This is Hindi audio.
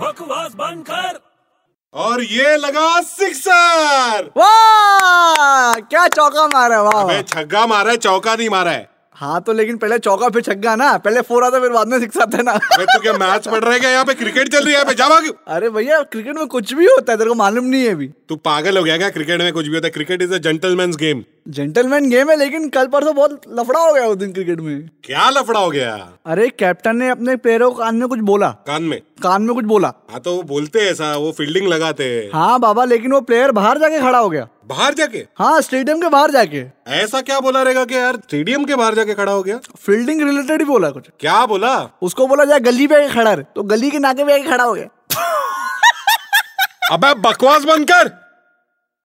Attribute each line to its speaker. Speaker 1: बकवास बंद कर
Speaker 2: और ये लगा
Speaker 3: हाँ।
Speaker 2: सिक्सर
Speaker 3: वाह क्या चौका मारा है, वाह
Speaker 2: अबे
Speaker 3: वाह
Speaker 2: छग्गा मारा है चौका नहीं मारा है
Speaker 3: हाँ तो लेकिन पहले चौका फिर छग्गा ना पहले फोर आता फिर बाद में सिक्स आता है ना
Speaker 2: अबे तू क्या मैच पढ़ रहा है क्या यहाँ पे क्रिकेट चल रही है यहाँ पे जा भाग
Speaker 3: अरे भैया क्रिकेट में कुछ भी होता है तेरे को मालूम नहीं है अभी
Speaker 2: तू पागल हो गया क्या क्रिकेट में कुछ भी होता है cricket is a gentleman game
Speaker 3: gentleman game है लेकिन कल परसों बहुत लफड़ा हो गया उस दिन क्रिकेट में
Speaker 2: क्या लफड़ा हो गया
Speaker 3: अरे कैप्टन ने अपने प्लेयरों को कान में कुछ बोला
Speaker 2: कान में
Speaker 3: कान में कुछ बोला
Speaker 2: हाँ तो वो बोलते हैं ऐसा वो फील्डिंग लगाते हैं
Speaker 3: हाँ बाबा लेकिन वो प्लेयर बाहर जाके खड़ा हो गया
Speaker 2: बाहर जाके
Speaker 3: हाँ स्टेडियम के बाहर जाके
Speaker 2: ऐसा क्या बोला रहेगा कि यार स्टेडियम के बाहर जाके खड़ा हो गया
Speaker 3: फील्डिंग रिलेटेड ही बोला कुछ
Speaker 2: क्या बोला
Speaker 3: उसको बोला जाए गली पे आके खड़ा रहे तो गली के नाके पे आके खड़ा हो गया
Speaker 2: अबे बकवास बंद कर